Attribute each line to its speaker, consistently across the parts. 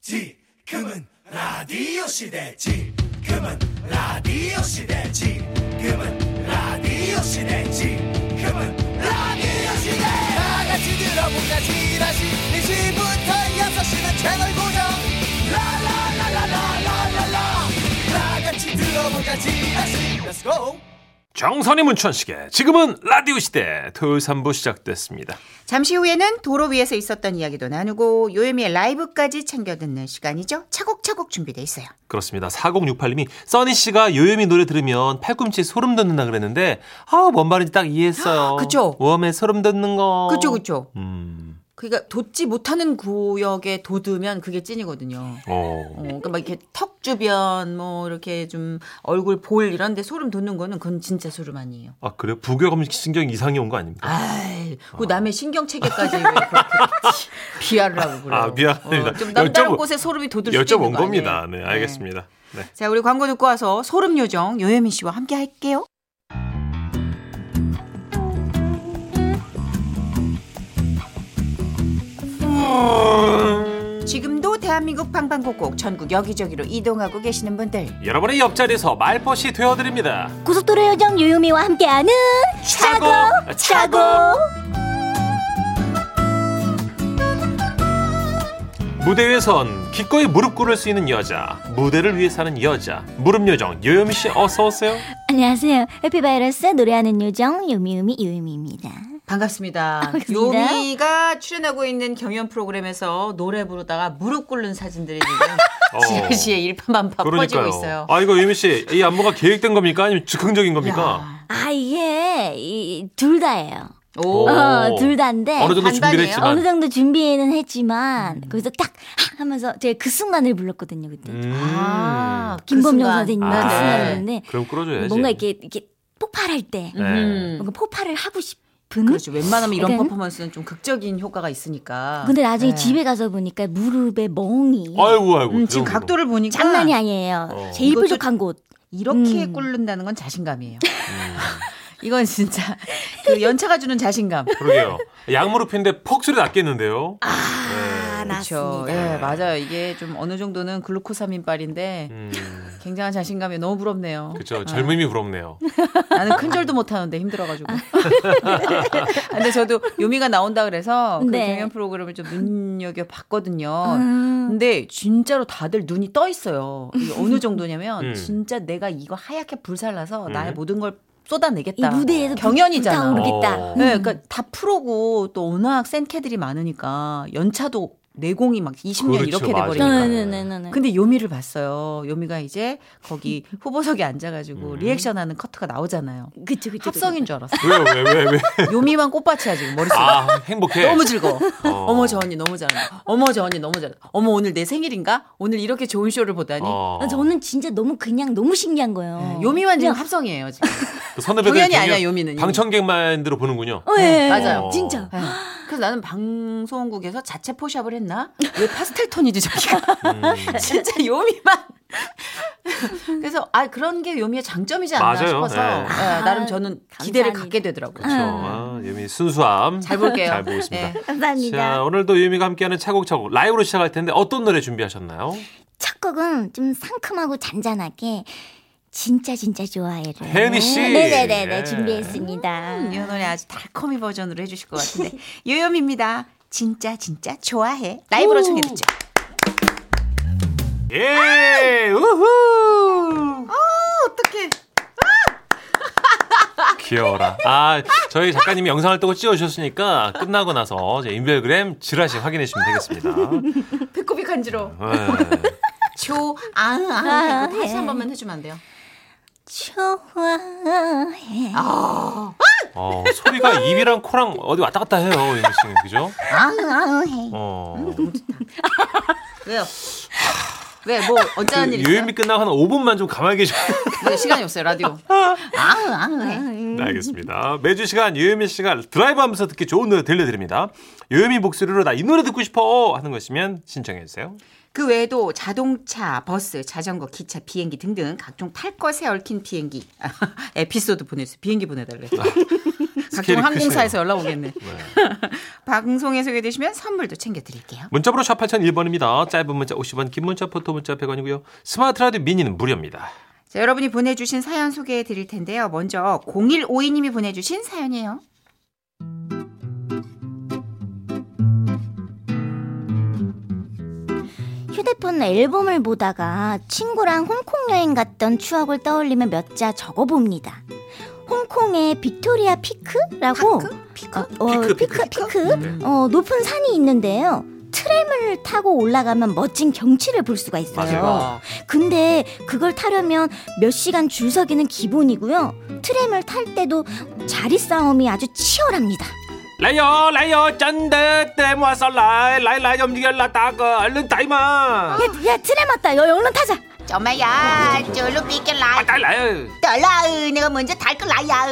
Speaker 1: 지금은 라디오 시대 지금은 라디오 시대 지금은 라디오 시대 지금은 라디오 시대 다 같이 들어보자 지라시 1시부터 6시는 채널 고정 라라라라라라라라 다 같이 들어보자 지라시 Let's go
Speaker 2: 정선이 문천식의 지금은 라디오 시대 토요일 3부 시작됐습니다.
Speaker 3: 잠시 후에는 도로 위에서 있었던 이야기도 나누고 요요미의 라이브까지 챙겨 듣는 시간이죠. 차곡차곡 준비돼 있어요.
Speaker 2: 그렇습니다. 4068님이 써니 씨가 요요미 노래 들으면 팔꿈치 소름 돋는다 그랬는데 아, 뭔 말인지 딱 이해했어요.
Speaker 4: 그쵸?
Speaker 2: 웜에 소름 돋는 거.
Speaker 4: 그쵸 그쵸.
Speaker 2: 음.
Speaker 4: 어, 그러니까 돋지 못하는 구역에 돋으면 그게 찐이거든요. 어,
Speaker 2: 어.
Speaker 4: 그러니까 막 이렇게 턱 주변 뭐 이렇게 좀 얼굴 볼 이런 데 소름 돋는 거는 그건 진짜 소름 아니에요.
Speaker 2: 아, 그래요? 부교감 신경 이상이 온 거 아닙니까?
Speaker 4: 아이, 그 남의 신경 체계까지 왜 그렇게 비하를 하고 그래요.
Speaker 2: 아, 미안합니다.
Speaker 4: 어, 좀 남다른
Speaker 2: 여쭤보-
Speaker 4: 곳에 소름이 돋을 수 있는
Speaker 2: 여쭤본
Speaker 4: 거 아니에요?
Speaker 2: 겁니다. 네, 알겠습니다. 네.
Speaker 4: 자, 우리 광고 듣고 와서 소름 요정 요예민 씨와 함께 할게요.
Speaker 3: 지금도 대한민국 방방곡곡 전국 여기저기로 이동하고 계시는 분들
Speaker 2: 여러분의 옆자리에서 말벗이 되어드립니다.
Speaker 5: 고속도로 요정 유유미와 함께하는
Speaker 2: 차고, 차고. 무대 위에선 기꺼이 무릎 꿇을 수 있는 여자, 무대를 위해 사는 여자, 무릎 요정 요요미 씨 어서 오세요.
Speaker 5: 안녕하세요 해피바이러스 노래하는 요정 유미유미 유미입니다
Speaker 4: 반갑습니다.
Speaker 5: 반갑습니다.
Speaker 4: 요미가 출연하고 있는 경연 프로그램에서 노래 부르다가 무릎 꿇는 사진들이
Speaker 2: 어.
Speaker 4: 지금 지라시에 일파만파 퍼지고 있어요.
Speaker 2: 아 이거 요미 씨 이 안무가 계획된 겁니까 아니면 즉흥적인 겁니까?
Speaker 4: 야,
Speaker 5: 아 이게 이, 둘 다예요
Speaker 4: 오.
Speaker 2: 오.
Speaker 5: 어, 둘 다인데
Speaker 2: 어느 정도 준비를
Speaker 4: 반반이에요?
Speaker 2: 했지만
Speaker 5: 어느 정도 준비는 했지만 거기서 딱 하면서 제가 그 순간을 불렀거든요 그때
Speaker 2: 음.
Speaker 4: 아, 그
Speaker 5: 김범용
Speaker 4: 순간.
Speaker 5: 선생님 그
Speaker 2: 아,
Speaker 5: 순간이었는데
Speaker 2: 그럼 끌어줘야지.
Speaker 5: 뭔가 이렇게 이렇게 폭발할 때
Speaker 2: 네.
Speaker 4: 음.
Speaker 5: 뭔가 폭발을 하고 싶은
Speaker 4: 그렇죠. 웬만하면 이런
Speaker 5: 약간-
Speaker 4: 퍼포먼스는 좀 극적인 효과가 있으니까.
Speaker 5: 근데 나중에
Speaker 4: 네.
Speaker 5: 집에 가서 보니까 무릎에 멍이
Speaker 2: 아이고 아이고.
Speaker 4: 음,
Speaker 2: 그 정도로.
Speaker 4: 지금 각도를 보니까
Speaker 5: 장난이 아니에요
Speaker 2: 어.
Speaker 5: 제일
Speaker 4: 이것도-
Speaker 5: 뾰족한 곳
Speaker 4: 이렇게
Speaker 5: 음.
Speaker 4: 꿇는다는 건 자신감이에요. 음. 이건 진짜 그 연차가 주는 자신감.
Speaker 2: 그러게요. 양무릎인데 퍽 소리 났겠는데요.
Speaker 5: 아,
Speaker 4: 그렇죠.
Speaker 5: 맞습니다.
Speaker 4: 예, 맞아요. 이게 좀 어느 정도는 글루코사민빨인데
Speaker 2: 음.
Speaker 4: 굉장한 자신감이 너무 부럽네요.
Speaker 5: 아.
Speaker 2: 그렇죠. 젊음이 부럽네요.
Speaker 4: 나는 큰 절도 못 하는데 힘들어가지고. 아, 근데 저도 요미가 나온다 그래서 그
Speaker 5: 네.
Speaker 4: 경연 프로그램을 좀 눈여겨 봤거든요.
Speaker 5: 음.
Speaker 4: 근데 진짜로 다들 눈이 떠 있어요. 이게 어느 정도냐면
Speaker 2: 음.
Speaker 4: 진짜 내가 이거 하얗게 불살라서 나의
Speaker 2: 음.
Speaker 4: 모든 걸
Speaker 5: 이
Speaker 4: 쏟아내겠다.
Speaker 5: 무대에서 음.
Speaker 4: 경연이잖아.
Speaker 5: 르겠다
Speaker 2: 어.
Speaker 4: 네, 그러니까 다 프로고 또 워낙 센 캐들이 많으니까 연차도 내공이 막 20년
Speaker 2: 그렇죠,
Speaker 4: 이렇게
Speaker 2: 맞아요.
Speaker 4: 돼버리니까.
Speaker 5: 네, 네네네네.
Speaker 4: 근데 요미를 봤어요. 요미가 이제 거기 후보석에 앉아가지고
Speaker 2: 음.
Speaker 4: 리액션하는 커트가 나오잖아요.
Speaker 5: 그쵸 그쵸.
Speaker 4: 합성인 줄 알았어.
Speaker 2: 왜요 왜 왜 왜?
Speaker 4: 요미만 꽃밭이야 지금 머릿속에.
Speaker 2: 아 행복해.
Speaker 4: 너무 즐거워.
Speaker 2: 어.
Speaker 4: 어머 저 언니 너무 잘한다. 어머 저 언니 너무 잘한다. 어머 오늘 내 생일인가? 오늘 이렇게 좋은 쇼를 보다니.
Speaker 2: 어.
Speaker 5: 그쵸. 아, 저는 진짜 너무 그냥 너무 신기한 거예요.
Speaker 4: 네, 요미만 지금 합성이에요 지금.
Speaker 2: 그 선후배들
Speaker 4: 경연이
Speaker 2: 경연-
Speaker 4: 아니야, 요미는.
Speaker 2: 방청객만으로 보는군요.
Speaker 5: 어, 예.
Speaker 4: 맞아요.
Speaker 5: 진짜.
Speaker 4: 네. 그래서 나는 방송국에서 자체 포샵을 했나? 왜 파스텔 톤이지 저기가?
Speaker 2: 음.
Speaker 4: 진짜 요미만. 그래서 아 그런 게 요미의 장점이지 않나
Speaker 2: 맞아요.
Speaker 4: 싶어서
Speaker 2: 네.
Speaker 4: 예, 나름 저는
Speaker 5: 아,
Speaker 4: 기대를
Speaker 5: 감사합니다.
Speaker 4: 갖게 되더라고요.
Speaker 2: 그렇죠. 아, 예미 순수함.
Speaker 4: 잘 볼게요.
Speaker 2: 잘 보겠습니다.
Speaker 4: 예.
Speaker 2: 자
Speaker 5: 감사합니다.
Speaker 2: 오늘도 예미가 함께하는 차곡차곡 라이브로 시작할 텐데 어떤 노래 준비하셨나요?
Speaker 5: 첫 곡은 좀 상큼하고 잔잔하게 진짜 진짜 좋아해를.
Speaker 2: 혜은이 씨.
Speaker 5: 네네네
Speaker 2: 예.
Speaker 5: 준비했습니다.
Speaker 4: 이 노래 아주 달콤이 버전으로 해주실 것 같은데
Speaker 3: 요요미입니다. 진짜 진짜 좋아해 라이브로 청해 듣죠.
Speaker 2: 예. 우후.
Speaker 4: 어떻게
Speaker 2: 귀여워라. 아 저희 작가님이 영상을 또 찍어주셨으니까 끝나고 나서 제 인별그램 지라시 확인해 주시면 되겠습니다.
Speaker 4: 배꼽이 간지러.
Speaker 2: 예.
Speaker 4: 조아아 이거 다시 한 번만 해주면 안 돼요?
Speaker 5: 좋아해.
Speaker 2: 어, 소리가 입이랑 코랑 어디 왔다 갔다 해요, 예미 씨는 그죠?
Speaker 5: 좋아해.
Speaker 2: 어.
Speaker 4: 왜요? 왜 뭐 어쩌는
Speaker 2: 그
Speaker 4: 일 있어요?
Speaker 2: 요일미 끝나고 한 5분만 좀 가만히 계셔.
Speaker 4: 네, 시간이 없어요 라디오.
Speaker 2: 네, 알겠습니다. 매주 시간 요요미 씨가 드라이브 하면서 듣기 좋은 노래 들려드립니다. 요요미 목소리로 나 이 노래 듣고 싶어 하는 것이면 신청해주세요.
Speaker 3: 그 외에도 자동차, 버스, 자전거, 기차, 비행기 등등 각종 탈 것에 얽힌 비행기 에피소드 보내주세요. 비행기 보내달래요.
Speaker 2: 아, 스케일이
Speaker 3: 각종 항공사에서
Speaker 2: 크시네요.
Speaker 3: 연락 오겠네. 방송에 소개되시면 선물도 챙겨드릴게요.
Speaker 2: 문자번호 샵 8001번입니다. 짧은 문자 50원, 긴 문자, 포토 문자 100원이고요. 스마트 라디오 미니는 무료입니다.
Speaker 3: 자, 여러분이 보내주신 사연 소개해 드릴 텐데요. 먼저 0152님이 보내주신 사연이에요.
Speaker 5: 휴대폰 앨범을 보다가 친구랑 홍콩 여행 갔던 추억을 떠올리며 몇 자 적어봅니다. 홍콩의 빅토리아 피크라고 피크? 어, 어,
Speaker 2: 피크,
Speaker 5: 피크,
Speaker 2: 피크, 네.
Speaker 5: 피크, 어, 높은 산이 있는데요. 트램을 타고 올라가면 멋진 경치를 볼 수가 있어요.
Speaker 2: 맞아요.
Speaker 5: 근데 그걸 타려면 몇 시간 줄 서기는 기본이고요. 트램을 탈 때도 자리 싸움이 아주 치열합니다.
Speaker 2: 라이어, 라이어, 짠데, 때모 왔어, 라이, 라이, 라이, 움직여, 라, 따가, 얼른 따이마.
Speaker 5: 야, 야 트램 왔다. 여 얼른 타자.
Speaker 3: 정말야, 쫄로 삐길라.
Speaker 2: 아, 따이, 라이.
Speaker 3: 떨라, 내가 먼저 달걸라야.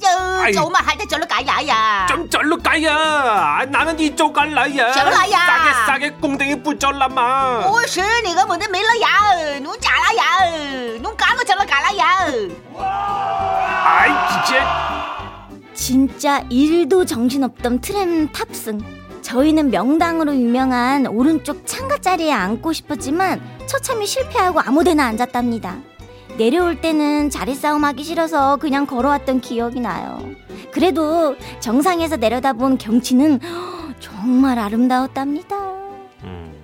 Speaker 3: 저,
Speaker 2: 아이.
Speaker 3: 조마 할때 절로 가야야.
Speaker 2: 좀 절로 가야. 아, 나는 이쪽 갈라야.
Speaker 3: 절로 가야.
Speaker 2: 싸게, 싸게, 꽁댕이 부절라마.
Speaker 3: 옷을 내가 먼저 밀러야. 눈 잘라야. 눈 까고 절로 갈라야.
Speaker 2: 아이, 진짜.
Speaker 5: 진짜 일도 정신없던 트램 탑승. 저희는 명당으로 유명한 오른쪽 창가 자리에 앉고 싶었지만 처참히 실패하고 아무데나 앉았답니다. 내려올 때는 자리 싸움하기 싫어서 그냥 걸어왔던 기억이 나요. 그래도 정상에서 내려다본 경치는 정말 아름다웠답니다.
Speaker 2: 음,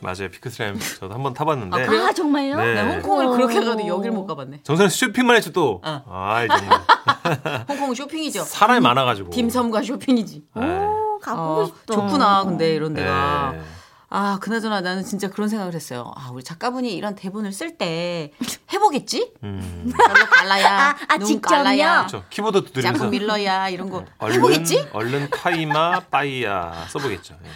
Speaker 2: 맞아요. 피크트램. 저도 한번 타봤는데.
Speaker 4: 아, 그래요?
Speaker 5: 아 정말요?
Speaker 2: 네.
Speaker 4: 나
Speaker 5: 어.
Speaker 4: 홍콩을 그렇게
Speaker 5: 오.
Speaker 4: 가도 여길 못 가봤네.
Speaker 2: 정선이 쇼핑만 해줘 또.
Speaker 4: 어.
Speaker 2: 아이, 정말.
Speaker 4: 홍콩은 쇼핑이죠.
Speaker 2: 사람이 많아가지고.
Speaker 4: 딤섬과 쇼핑이지.
Speaker 2: 네.
Speaker 5: 오, 가보고
Speaker 4: 어,
Speaker 5: 싶다.
Speaker 4: 좋구나. 근데 이런
Speaker 2: 네.
Speaker 4: 데가. 아, 그나저나 나는 진짜 그런 생각을 했어요. 아, 우리 작가분이 이런 대본을 쓸 때 해보겠지?
Speaker 2: 음.
Speaker 4: 별로 갈라야,
Speaker 5: 아, 아,
Speaker 4: 눈
Speaker 5: 직접요?
Speaker 4: 갈라야,
Speaker 2: 저 키보드 두드리면서.
Speaker 4: 짬뽕 밀러야 이런 거
Speaker 2: 얼른,
Speaker 4: 해보겠지?
Speaker 2: 얼른 카이마 빠이야 써보겠죠. 예.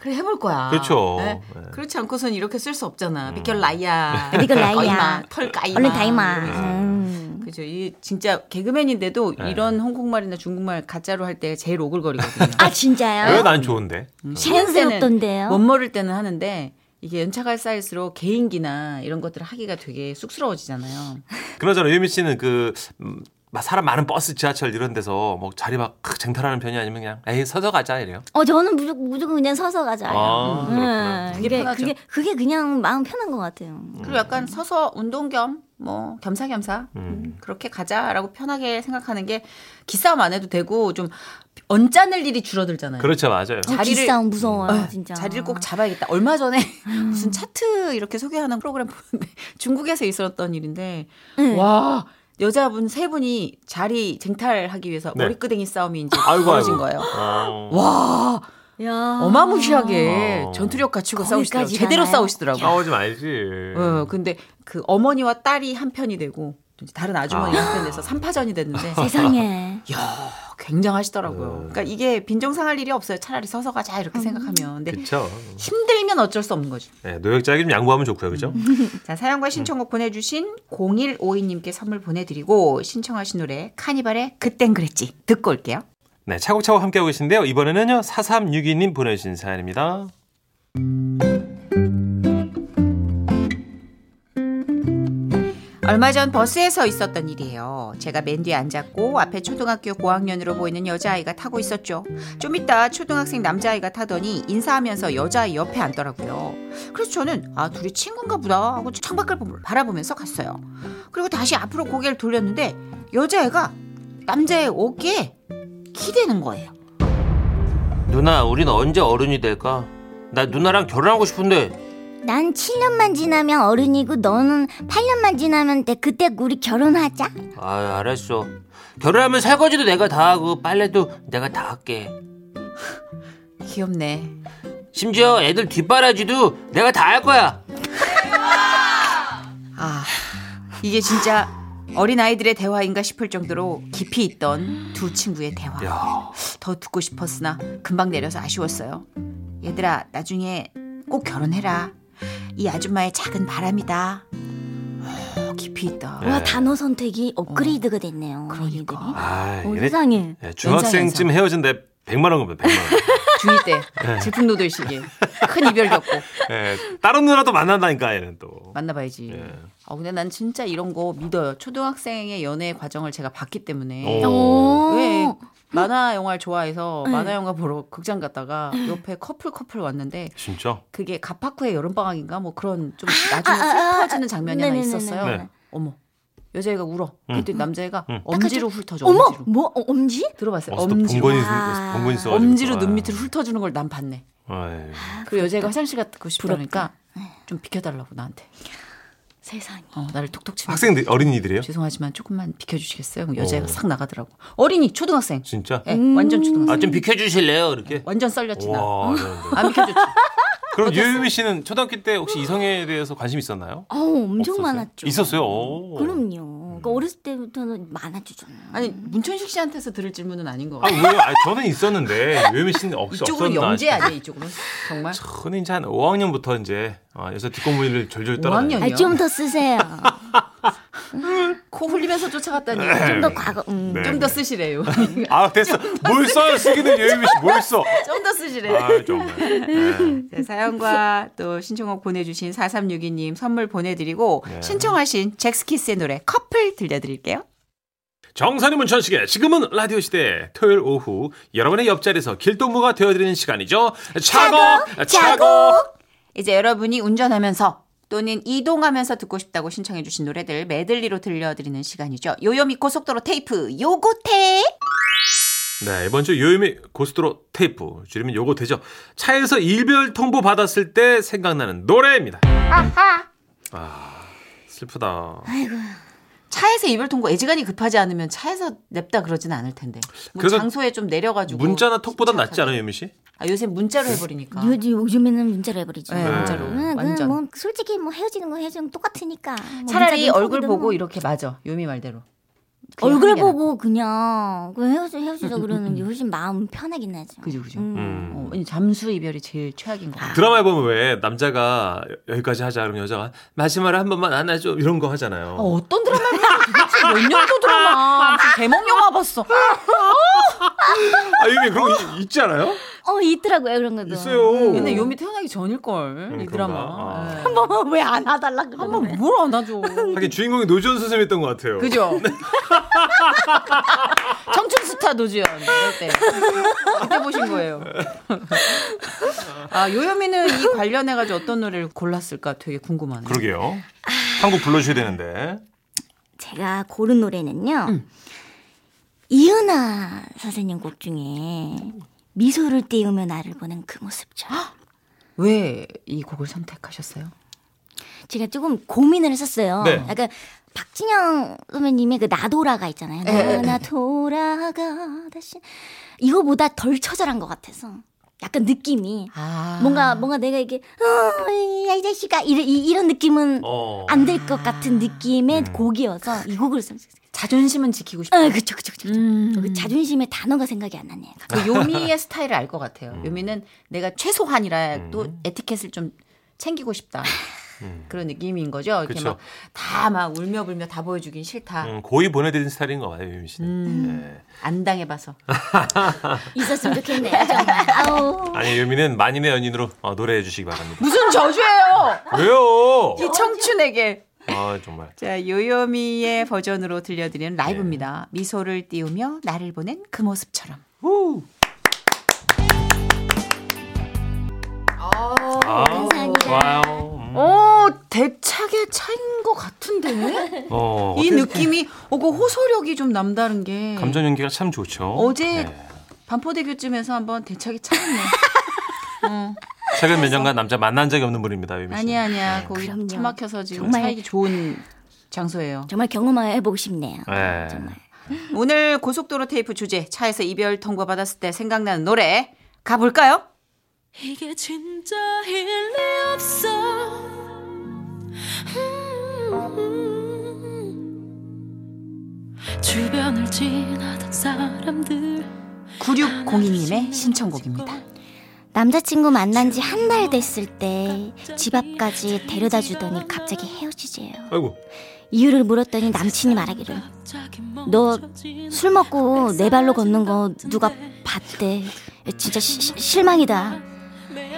Speaker 4: 그래 해볼 거야.
Speaker 2: 그렇죠.
Speaker 4: 네.
Speaker 2: 네. 음.
Speaker 4: 그렇지 않고선 이렇게 쓸 수 없잖아. 비결 라이야.
Speaker 5: 비결 라이야.
Speaker 4: 거이마, 털 까이마. 네.
Speaker 5: 얼른 다이마.
Speaker 4: 이러면서.
Speaker 5: 음.
Speaker 4: 그죠. 이 진짜 개그맨인데도
Speaker 2: 네.
Speaker 4: 이런 홍콩말이나 중국말 가짜로 할 때 제일 오글거리거든요.
Speaker 5: 아 진짜요?
Speaker 2: 왜 난 좋은데? 어.
Speaker 4: 쉬는 때는
Speaker 5: 자연스럽던데요?
Speaker 4: 못 모를 때는 하는데 이게 연차가 쌓일수록 개인기나 이런 것들을 하기가 되게 쑥스러워지잖아요.
Speaker 2: 그러잖아 유미 씨는 그 음, 막 사람 많은 버스, 지하철 이런 데서 뭐 자리 막 크, 쟁탈하는 편이 아니면 그냥 에이 서서 가자 이래요.
Speaker 5: 어 저는 무조건, 무조건 그냥 서서 가자요.
Speaker 2: 아, 그렇구나.
Speaker 5: 음,
Speaker 4: 그게
Speaker 5: 그게
Speaker 4: 편하죠.
Speaker 5: 그게 그게 그냥 마음 편한 것 같아요.
Speaker 4: 그리고 약간 서서 운동 겸 뭐 겸사겸사 음, 그렇게 가자라고 편하게 생각하는 게 기싸움 안 해도 되고 좀 언짢을 일이 줄어들잖아요.
Speaker 2: 그렇죠 맞아요.
Speaker 5: 어,
Speaker 4: 자리를-
Speaker 5: 기싸움 무서워요,
Speaker 2: 그-
Speaker 4: 어,
Speaker 5: 진짜. 음.
Speaker 4: 자리를 꼭 잡아야겠다. 얼마 전에 무슨 차트 이렇게 소개하는 프로그램 보는데 중국에서 있었던 일인데
Speaker 5: 네.
Speaker 4: 와 여자분 세 분이 자리 쟁탈하기 위해서
Speaker 2: 네.
Speaker 4: 머리끄댕이 싸움이 이제
Speaker 2: 아이고,
Speaker 4: 벌어진
Speaker 2: 아이고.
Speaker 4: 거예요.
Speaker 2: 아,
Speaker 4: 와
Speaker 5: 야.
Speaker 4: 어마무시하게
Speaker 2: 어.
Speaker 4: 전투력 갖추고
Speaker 5: 거기까지
Speaker 4: 싸우시더라고 제대로
Speaker 5: 가나요?
Speaker 4: 싸우시더라고. 요
Speaker 2: 싸우지 말지.
Speaker 4: 어 근데 그 어머니와 딸이 한 편이 되고 이제 다른 아주머니 한 편이 돼서 삼파 전이 됐는데
Speaker 5: 세상에.
Speaker 4: 굉장하시더라고요.
Speaker 2: 네.
Speaker 4: 그러니까 이게 빈정상할 일이 없어요. 차라리 서서 가자 이렇게 생각하면. 근데
Speaker 2: 그렇죠.
Speaker 4: 힘들면 어쩔 수 없는 거죠.
Speaker 2: 네, 노역자에게 좀 양보하면 좋고요, 그죠?
Speaker 4: 음.
Speaker 3: 자,
Speaker 2: 음.
Speaker 3: 사연과 신청곡 보내주신 0152님께 선물 보내드리고 신청하신 노래 카니발의 그땐 그랬지 듣고 올게요.
Speaker 2: 네, 차곡차곡 함께하고 계신데요. 이번에는요, 4362님 보내주신 사연입니다.
Speaker 3: 얼마 전 버스에서 있었던 일이에요. 제가 맨 뒤에 앉았고 앞에 초등학교 고학년으로 보이는 여자아이가 타고 있었죠. 좀 이따 초등학생 남자아이가 타더니 인사하면서 여자아이 옆에 앉더라고요. 그래서 저는 아 둘이 친구인가 보다 하고 창밖을 보- 바라보면서 갔어요. 그리고 다시 앞으로 고개를 돌렸는데 여자애가 남자의 어깨에 기대는 거예요.
Speaker 2: 누나, 우린 언제 어른이 될까? 나 누나랑 결혼하고 싶은데.
Speaker 5: 난 7년만 지나면 어른이고 너는 8년만 지나면 돼. 그때 우리 결혼하자.
Speaker 2: 아, 알았어. 결혼하면 설거지도 내가 다 하고 빨래도 내가 다 할게.
Speaker 4: 귀엽네.
Speaker 2: 심지어 애들 뒷바라지도 내가 다 할 거야.
Speaker 3: 아, 이게 진짜 어린아이들의 대화인가 싶을 정도로 깊이 있던 두 친구의 대화. 더 듣고 싶었으나 금방 내려서 아쉬웠어요. 얘들아, 나중에 꼭 결혼해라. 이 아줌마의 작은 바람이다. 어, 깊이 있다.
Speaker 2: 네.
Speaker 5: 와 단어 선택이 업그레이드가 됐네요. 그러니까.
Speaker 2: 아,
Speaker 5: 어, 세상에.
Speaker 2: 예, 중학생쯤 헤어진데 100만 원 겁니다. 100만 원.
Speaker 4: 중이 때 질풍 노도의 시기 큰 이별 겪고
Speaker 2: 예, 다른 누나도 만난다니까 얘는 또.
Speaker 4: 만나봐야지.
Speaker 2: 예.
Speaker 4: 어 근데 난 진짜 이런 거 믿어요. 초등학생의 연애 과정을 제가 봤기
Speaker 5: 어.
Speaker 4: 때문에
Speaker 2: 오.
Speaker 4: 왜 만화 영화를 좋아해서 만화 영화 보러 극장 갔다가 옆에 커플 커플 왔는데
Speaker 2: 진짜?
Speaker 4: 그게 가파쿠의 여름방학인가 뭐 그런 좀
Speaker 5: 아,
Speaker 4: 나중에 훑어지는 장면이 하나
Speaker 5: 네네네네.
Speaker 4: 있었어요.
Speaker 2: 네.
Speaker 4: 어머 여자애가 울어. 그랬더니 남자애가 엄지로 훑어줘.
Speaker 5: 어머,
Speaker 4: 엄지로.
Speaker 5: 뭐 어, 엄지?
Speaker 4: 들어봤어요.
Speaker 2: 어서 또
Speaker 4: 엄지로.
Speaker 2: 번번이
Speaker 5: 아.
Speaker 2: 번번이 아, 예. 써.
Speaker 4: 엄지로 눈 밑으로 훑어주는 걸 난 봤네.
Speaker 5: 아,
Speaker 4: 그리고 여자애가 화장실 갔고 싶다니까
Speaker 5: 네.
Speaker 4: 좀 비켜달라고 나한테.
Speaker 5: 세상에.
Speaker 4: 어, 나를 톡톡 치면
Speaker 2: 학생들 어린이들이에요?
Speaker 4: 죄송하지만 조금만 비켜주시겠어요? 그럼 여자애가
Speaker 2: 어.
Speaker 4: 싹 나가더라고. 어린이 초등학생.
Speaker 2: 진짜?
Speaker 4: 예,
Speaker 5: 음.
Speaker 4: 완전 초등학생.
Speaker 2: 아좀 비켜주실래요? 이렇게.
Speaker 4: 완전 썰렸지 나.
Speaker 2: 와. 잘한다.
Speaker 4: 아, 안 비켜줬지.
Speaker 2: 그럼 유유미 씨는 초등학교 때 혹시 이성에 대해서 관심 있었나요?
Speaker 4: 아,
Speaker 5: 어우, 엄청
Speaker 2: 없었어요?
Speaker 5: 많았죠.
Speaker 2: 있었어요. 음. 오.
Speaker 5: 그럼요. 그러니까 어렸을 때부터는 많아지잖아요.
Speaker 4: 아니 문천식 씨한테서 들을 질문은 아닌 것
Speaker 2: 아
Speaker 4: 같아.
Speaker 2: 왜요? 아 저는 있었는데 유유미 씨는 없,
Speaker 4: 이쪽으로
Speaker 2: 없었나?
Speaker 4: 영재 아니야 이쪽으로? 정말?
Speaker 2: 저는 이제 한 5학년부터 이제 아, 여기서 뒷공문을 졸졸 따라.
Speaker 4: 5학년?
Speaker 5: 아, 좀 더 쓰세요.
Speaker 4: 코 흘리면서 쫓아갔다니.
Speaker 5: 좀 더 과거. 음.
Speaker 2: 네.
Speaker 4: 좀 더 쓰시래요.
Speaker 2: 아 됐어. 뭘 써요? 쓰기는 유유미 씨뭘 써?
Speaker 4: 좀 더 쓰시래요.
Speaker 2: 아 정말. 네.
Speaker 3: 자, 사연과 또 신청곡 보내주신 4362님 선물 보내드리고
Speaker 2: 네.
Speaker 3: 신청하신 잭스키스의 노래 커플 들려드릴게요.
Speaker 2: 정선이 문천식의 지금은 라디오 시대 토요일 오후 여러분의 옆자리에서 길동무가 되어드리는 시간이죠. 차곡 차곡.
Speaker 3: 이제 여러분이 운전하면서 또는 이동하면서 듣고 싶다고 신청해 주신 노래들 메들리로 들려드리는 시간이죠. 요요미 고속도로 테이프 요고테
Speaker 2: 네 이번 주 요요미 고스트로 테이프 줄이면 요거 되죠. 차에서 일별 통보 받았을 때 생각나는 노래입니다. 아 슬프다.
Speaker 4: 차에서 이별 통고 애지간히 급하지 않으면 차에서 냅다 그러진 않을 텐데. 뭐
Speaker 2: 그래서
Speaker 4: 장소에 좀 내려가지고.
Speaker 2: 문자나 톡보다 낫지 않아요, 네. 유미 씨?
Speaker 4: 아, 요새 문자로 해버리니까.
Speaker 5: 요, 요즘에는 문자로 해버리죠.
Speaker 4: 아. 네, 문자로.
Speaker 5: 음,
Speaker 4: 완전.
Speaker 5: 뭐 솔직히 뭐 헤어지는 거 헤어지는 거 똑같으니까. 뭐
Speaker 4: 차라리
Speaker 5: 문자든
Speaker 4: 얼굴
Speaker 5: 톡이든
Speaker 4: 보고
Speaker 5: 뭐.
Speaker 4: 이렇게 맞아. 요미 말대로. 그냥
Speaker 5: 얼굴
Speaker 4: 하는 게
Speaker 5: 보고 그냥 그 헤어져 헤어지자 그러는 게 훨씬 마음 편하긴 하죠.
Speaker 4: 그죠, 그죠.
Speaker 2: 음.
Speaker 4: 어, 이 잠수 이별이 제일 최악인 것 같아요.
Speaker 2: 드라마에 보면 왜 남자가 여- 여기까지 하자 그러면 여자가 마지막으로 한 번만 안아줘 이런 거 하잖아요.
Speaker 4: 어, 어떤 드라마를 도대체 몇 년도 드라마. 무슨 개몽 영화 봤어.
Speaker 2: 아 유미 그런 거 있, 지 않아요?
Speaker 5: 어 있더라고요 그런 거도.
Speaker 2: 있어요.
Speaker 4: 근데 요미 태어나기 전일걸. 이
Speaker 2: 음, 그런가?
Speaker 4: 드라마.
Speaker 2: 아.
Speaker 5: 뭐, 왜 안 하달라 그러
Speaker 4: 한번 뭘 안아줘.
Speaker 2: 하긴 주인공이 노지원 선생님이었던 것 같아요.
Speaker 4: 그죠? 청춘 스타 노지연 이럴 때 그때 보신 거예요. 아 요요미는 이 관련해 가지고 어떤 노래를 골랐을까 되게 궁금하네요.
Speaker 2: 그러게요.
Speaker 4: 아.
Speaker 2: 한국 불러주셔야 되는데.
Speaker 5: 제가 고른 노래는요. 이은아 선생님 곡 중에 미소를 띄우며 나를 보는 그 모습죠.
Speaker 4: 왜 이 곡을 선택하셨어요?
Speaker 5: 제가 조금 고민을 했었어요.
Speaker 2: 네.
Speaker 5: 약간 박진영 선배님의 그 나돌아가 있잖아요.
Speaker 4: 에, 에,
Speaker 5: 나나 돌아가 다시 이거보다 덜 처절한 것 같아서 약간 느낌이
Speaker 4: 아
Speaker 5: 뭔가 뭔가 내가 이게 어이 자식아 이런 이- 이런 느낌은
Speaker 2: 어.
Speaker 5: 안 될 것 같은 느낌의 곡이어서 이 곡을 썼어요.
Speaker 4: 자존심은 지키고 싶어.
Speaker 5: 아, 그쵸, 그쵸, 그쵸. 그쵸.
Speaker 4: 음.
Speaker 5: 그 자존심의 단어가 생각이 안 나네. 갑자기.
Speaker 4: 그 요미의 스타일을 알 것 같아요.
Speaker 2: 음.
Speaker 4: 요미는 내가 최소한이라도 에티켓을 좀 챙기고 싶다. 그런 느낌인 거죠.
Speaker 2: 음.
Speaker 4: 이렇게
Speaker 2: 그쵸.
Speaker 4: 막 다 막 울며 불며 다 보여주긴 싫다.
Speaker 2: 음, 고의 보내드린 스타일인 거 봐요, 유미 씨는.
Speaker 4: 음.
Speaker 2: 네.
Speaker 4: 안 당해봐서.
Speaker 5: 있었으면 좋겠네요. 정말. 아우.
Speaker 2: 아니, 유미는 만인의 연인으로 어, 노래해 주시기 바랍니다.
Speaker 4: 무슨 저주예요?
Speaker 2: 왜요?
Speaker 4: 음. 이 청춘에게.
Speaker 2: 아, 정말.
Speaker 3: 자 요요미의 버전으로 들려드리는 라이브입니다.
Speaker 2: 네.
Speaker 3: 미소를 띄우며 나를 보낸 그 모습처럼.
Speaker 2: 아,
Speaker 5: 감사합니다.
Speaker 2: 와요. 음.
Speaker 4: 어 대차게 차인 것 같은데
Speaker 2: 어,
Speaker 4: 이 네.
Speaker 2: 어떻게
Speaker 4: 느낌이 어그 호소력이 좀 남다른 게
Speaker 2: 감정 연기가 참 좋죠.
Speaker 4: 어제
Speaker 2: 네.
Speaker 4: 반포대교쯤에서 한번 대차게 차였네
Speaker 2: 최근 몇 년간 남자 만난 적이 없는 분입니다, 유미 씨.
Speaker 4: 아니야 아니야 거기
Speaker 5: 그럼요.
Speaker 4: 차 막혀서 지금
Speaker 5: 정말.
Speaker 4: 차이기 좋은 장소예요
Speaker 5: 정말 경험해보고 싶네요.
Speaker 2: 네.
Speaker 5: 정말.
Speaker 3: 오늘 고속도로 테이프 주제 차에서 이별 통보 받았을 때 생각나는 노래 가볼까요?
Speaker 6: 이게 진짜 일리 없어 음. 주변을 지나던 사람들
Speaker 3: 9602님의 신청곡입니다.
Speaker 5: 남자친구 만난 지 한 달 됐을 때 집 앞까지 데려다 주더니 갑자기 헤어지재요.
Speaker 2: 아이고.
Speaker 5: 이유를 물었더니 남친이 말하기를 너 술 먹고 네 발로 걷는 거 누가 봤대. 진짜 시- 시- 실망이다.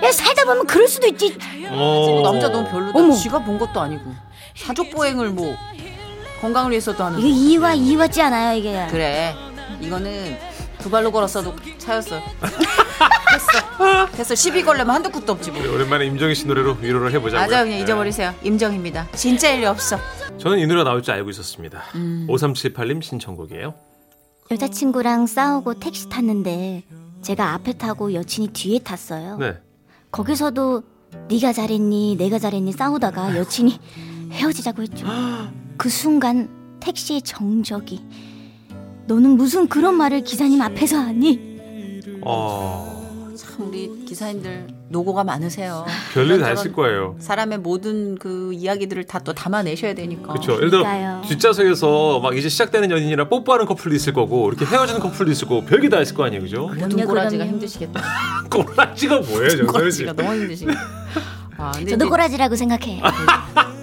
Speaker 5: 야, 살다 보면 그럴 수도 있지.
Speaker 2: 어.
Speaker 4: 아, 남자 너무 별로다.
Speaker 5: 어머.
Speaker 4: 지가 본 것도 아니고 사족 보행을 뭐 건강을 위해서도 하는.
Speaker 5: 이거 이와 이와지 않아요 이게.
Speaker 4: 그래. 이거는 두 발로 걸었어도 차였어. 됐어. 됐어. 시비 걸려면 한두 끗도 없지 뭐.
Speaker 2: 우리 오랜만에 임정희 씨 노래로 위로를 해보자고요.
Speaker 4: 맞아 그냥
Speaker 2: 네.
Speaker 4: 잊어버리세요. 임정입니다. 진짜 일리 없어.
Speaker 2: 저는 이 노래가 나올 줄 알고 있었습니다.
Speaker 4: 음.
Speaker 2: 5378님 신청곡이에요.
Speaker 5: 여자친구랑 싸우고 택시 탔는데 제가 앞에 타고 여친이 뒤에 탔어요.
Speaker 2: 네.
Speaker 5: 거기서도 네가 잘했니 내가 잘했니 싸우다가 여친이 헤어지자고 했죠. 그 순간 택시의 정적이 너는 무슨 그런 말을 기사님 앞에서 하니?
Speaker 4: 음.
Speaker 2: 어,
Speaker 4: 참 우리 기사님들 노고가 많으세요.
Speaker 2: 별일 다 했을 거예요.
Speaker 4: 사람의 모든 그 이야기들을 다 또 담아내셔야 되니까.
Speaker 2: 그렇죠. 예를 들어
Speaker 5: 그러니까요.
Speaker 2: 뒷좌석에서 막 이제 시작되는 연인이랑 뽀뽀하는 커플도 있을 거고 이렇게 헤어지는 커플도 있을 거고 별게 다 있을 거 아니에요, 그죠?
Speaker 5: 그럼요,
Speaker 4: 눈꼬라지가
Speaker 5: 그럼요.
Speaker 2: 네,
Speaker 4: 힘드시겠다.
Speaker 2: 꼬라지가 뭐예요, 정선 씨?
Speaker 4: 그러니까. 꼬라지가 너무 힘드시겠다. 아, 근데
Speaker 5: 저도
Speaker 4: 이제
Speaker 5: 꼬라지라고 생각해.
Speaker 4: 아,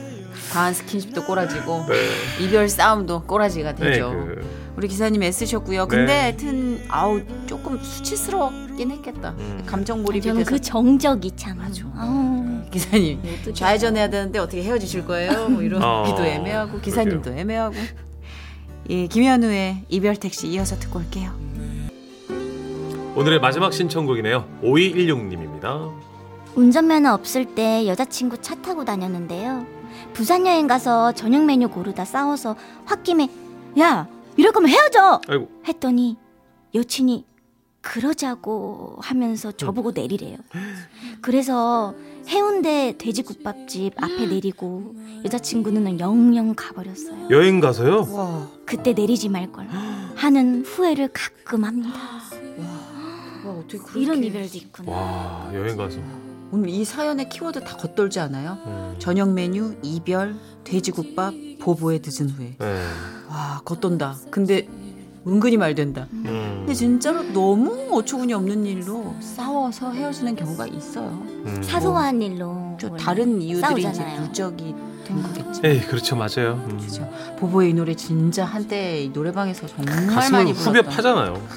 Speaker 4: 과한 스킨십도 꼬라지고
Speaker 2: 네.
Speaker 4: 이별 싸움도 꼬라지가
Speaker 2: 네,
Speaker 4: 되죠.
Speaker 2: 그, 네.
Speaker 4: 우리 기사님 애쓰셨고요. 근데 하여튼 아우 조금 수치스럽긴 했겠다.
Speaker 2: 음.
Speaker 4: 감정 몰입이
Speaker 5: 저는
Speaker 4: 돼서
Speaker 5: 그 정적이 참. 어.
Speaker 4: 맞아.
Speaker 5: 아우,
Speaker 4: 기사님
Speaker 5: 어떡해.
Speaker 4: 좌회전해야 되는데 어떻게 헤어지실 거예요? 뭐 이런
Speaker 2: 어,
Speaker 4: 기도 애매하고 기사님도 애매하고. 예, 김현우의 이별 택시 이어서 듣고 올게요.
Speaker 2: 오늘의 마지막 신청곡이네요. 5216님입니다.
Speaker 5: 운전면허 없을 때 여자친구 차 타고 다녔는데요. 부산 여행 가서 저녁 메뉴 고르다 싸워서 홧김에 야 이럴 거면 헤어져
Speaker 2: 아이고,
Speaker 5: 했더니 여친이 그러자고 하면서 저보고 내리래요. 그래서 해운대 돼지국밥집 앞에 내리고 여자친구는 영영 가버렸어요.
Speaker 2: 여행 가서요?
Speaker 4: 와,
Speaker 5: 그때 내리지 말걸 하는 후회를 가끔 합니다.
Speaker 4: 와 어떻게 그렇게
Speaker 5: 이런 이별도 있구나.
Speaker 2: 와, 여행 가서.
Speaker 4: 오늘 이 사연의 키워드 다 겉돌지 않아요?
Speaker 2: 음.
Speaker 4: 저녁 메뉴 이별 돼지국밥 보보의 늦은 후에
Speaker 2: 네.
Speaker 4: 와 겉돈다. 근데 은근히 말된다.
Speaker 2: 음.
Speaker 4: 근데 진짜로 너무 어처구니 없는 일로 싸워서 헤어지는 경우가 있어요.
Speaker 2: 음.
Speaker 5: 사소한 일로
Speaker 4: 뭐 저
Speaker 5: 원래
Speaker 4: 다른 이유들이 이제
Speaker 5: 싸우잖아요. 음.
Speaker 4: 누적이 된 거겠지.
Speaker 2: 에이, 그렇죠, 맞아요. 음.
Speaker 4: 그죠. 보보의 이 노래 진짜 한때 이 노래방에서 정말
Speaker 2: 가슴을
Speaker 4: 많이
Speaker 2: 후벼
Speaker 4: 불렀던.
Speaker 2: 파잖아요.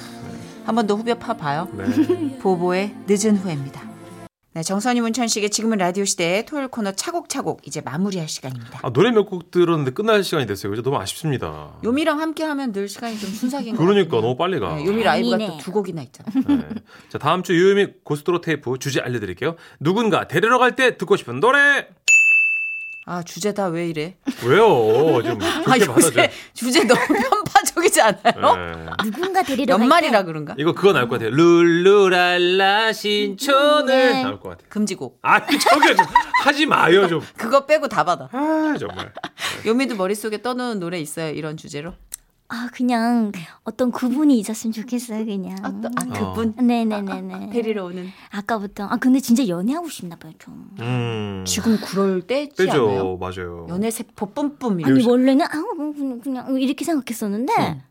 Speaker 4: 한 번 더 후벼 파 봐요.
Speaker 2: 네.
Speaker 4: 보보의 늦은 후회입니다. 네, 정선이 문천식의 지금은 라디오 시대의 토요일 코너 차곡차곡 이제 마무리할 시간입니다.
Speaker 2: 아, 노래 몇 곡 들었는데 끝날 시간이 됐어요. 그죠? 너무 아쉽습니다.
Speaker 4: 요미랑 함께하면 늘 시간이 좀 순삭인 것
Speaker 2: 그러니까 너무 빨리 가.
Speaker 4: 같아요. 네, 요미 라이브가 또
Speaker 5: 아니네요.
Speaker 4: 두 곡이나 있잖아.
Speaker 2: 네. 자, 다음 주 유유미 고스트로 테이프 주제 알려드릴게요. 누군가 데리러 갈 때 듣고 싶은 노래.
Speaker 4: 아 주제 다 왜 이래?
Speaker 2: 왜요? 지금
Speaker 4: 아
Speaker 2: 그렇게 받아줘.
Speaker 4: 요새 주제 너무 편파적이지 않아요?
Speaker 2: 네.
Speaker 5: 누군가 데리러 갈 때.
Speaker 4: 연말이라 그런가?
Speaker 2: 이거 그거 나올 것 같아요. 룰루랄라 신촌을
Speaker 5: 네.
Speaker 2: 나올 것 같아요.
Speaker 4: 금지곡.
Speaker 2: 아, 저기 좀 하지 마요 좀.
Speaker 4: 그거 빼고 다 받아.
Speaker 2: 아, 정말.
Speaker 4: 요미도 머릿속에 떠놓은 노래 있어요 이런 주제로?
Speaker 5: 아 그냥 어떤 구분이 있었으면 좋겠어요 그냥.
Speaker 4: 아, 또, 아
Speaker 2: 어.
Speaker 4: 그분
Speaker 5: 네네네네.
Speaker 4: 데리러 오는
Speaker 5: 아까부터 아 근데 진짜 연애하고 싶나 봐요 좀.
Speaker 2: 음.
Speaker 4: 지금 그럴 때지 않아요?
Speaker 2: 빼죠. 맞아요.
Speaker 4: 연애 세포 뿜뿜 이런
Speaker 5: 아니 원래는 아우 뭐 그냥, 그냥 이렇게 생각했었는데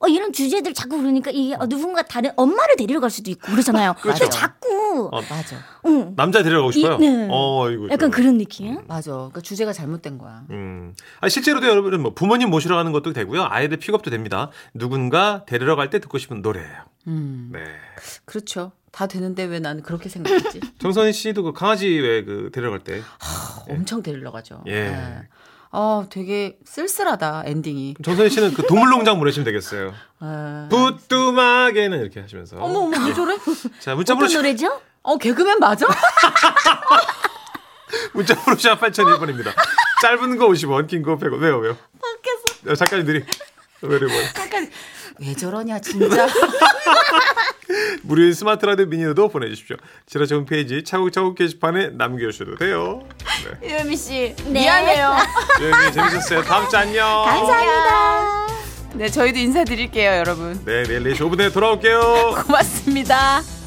Speaker 5: 어, 이런 주제들 자꾸 그러니까 이게 어, 누군가 다른 엄마를 데리러 갈 수도 있고 그러잖아요. 근데
Speaker 4: 맞아요.
Speaker 5: 자꾸
Speaker 2: 어,
Speaker 4: 맞아
Speaker 5: 응,
Speaker 2: 남자 데리러 가고 싶어요?
Speaker 5: 이- 네.
Speaker 2: 어, 이거.
Speaker 5: 약간 그런 느낌?
Speaker 4: 맞아 그러니까 주제가 잘못된 거야
Speaker 2: 음. 아, 실제로도 여러분은 뭐 부모님 모시러 가는 것도 되고요. 아이들 픽업도 됩니다. 누군가 데리러 갈 때 듣고 싶은 노래예요.
Speaker 4: 음
Speaker 2: 네.
Speaker 4: 그렇죠 다 되는데 왜 난 그렇게 생각했지
Speaker 2: 정선희 씨도 그 강아지 왜 그 데리러 갈 때.
Speaker 4: 엄청 데리러 가죠
Speaker 2: 예.
Speaker 4: 네. 아 되게 쓸쓸하다 엔딩이
Speaker 2: 정선희 씨는 그 동물농장 보내시면 되겠어요.
Speaker 4: 아.
Speaker 2: 부뚜막에는 이렇게 하시면서.
Speaker 4: 어머 어머 왜 저래
Speaker 2: 자, 문자
Speaker 5: 어떤
Speaker 2: 번호
Speaker 5: 노래죠?
Speaker 4: 어 개그맨 맞아
Speaker 2: 문자 번호 샵 8001번입니다. 짧은 거 50원, 긴 거 100원. 왜요, 왜요? 밖에서. 작가님들이. 왜 이래, 뭐.
Speaker 4: 왜 저러냐 진짜
Speaker 2: 무료인 스마트 라디오 미니도 보내주십시오. 지라시 홈페이지 차곡차곡 게시판에 남겨주셔도 돼요. 네.
Speaker 4: 유미 씨
Speaker 5: 네.
Speaker 4: 미안해요
Speaker 2: 예, 예, 재밌었어요. 다음 주 안녕.
Speaker 5: 감사합니다.
Speaker 4: 네 저희도 인사드릴게요 여러분
Speaker 2: 네, 내일 4시 5분에 돌아올게요.
Speaker 4: 고맙습니다.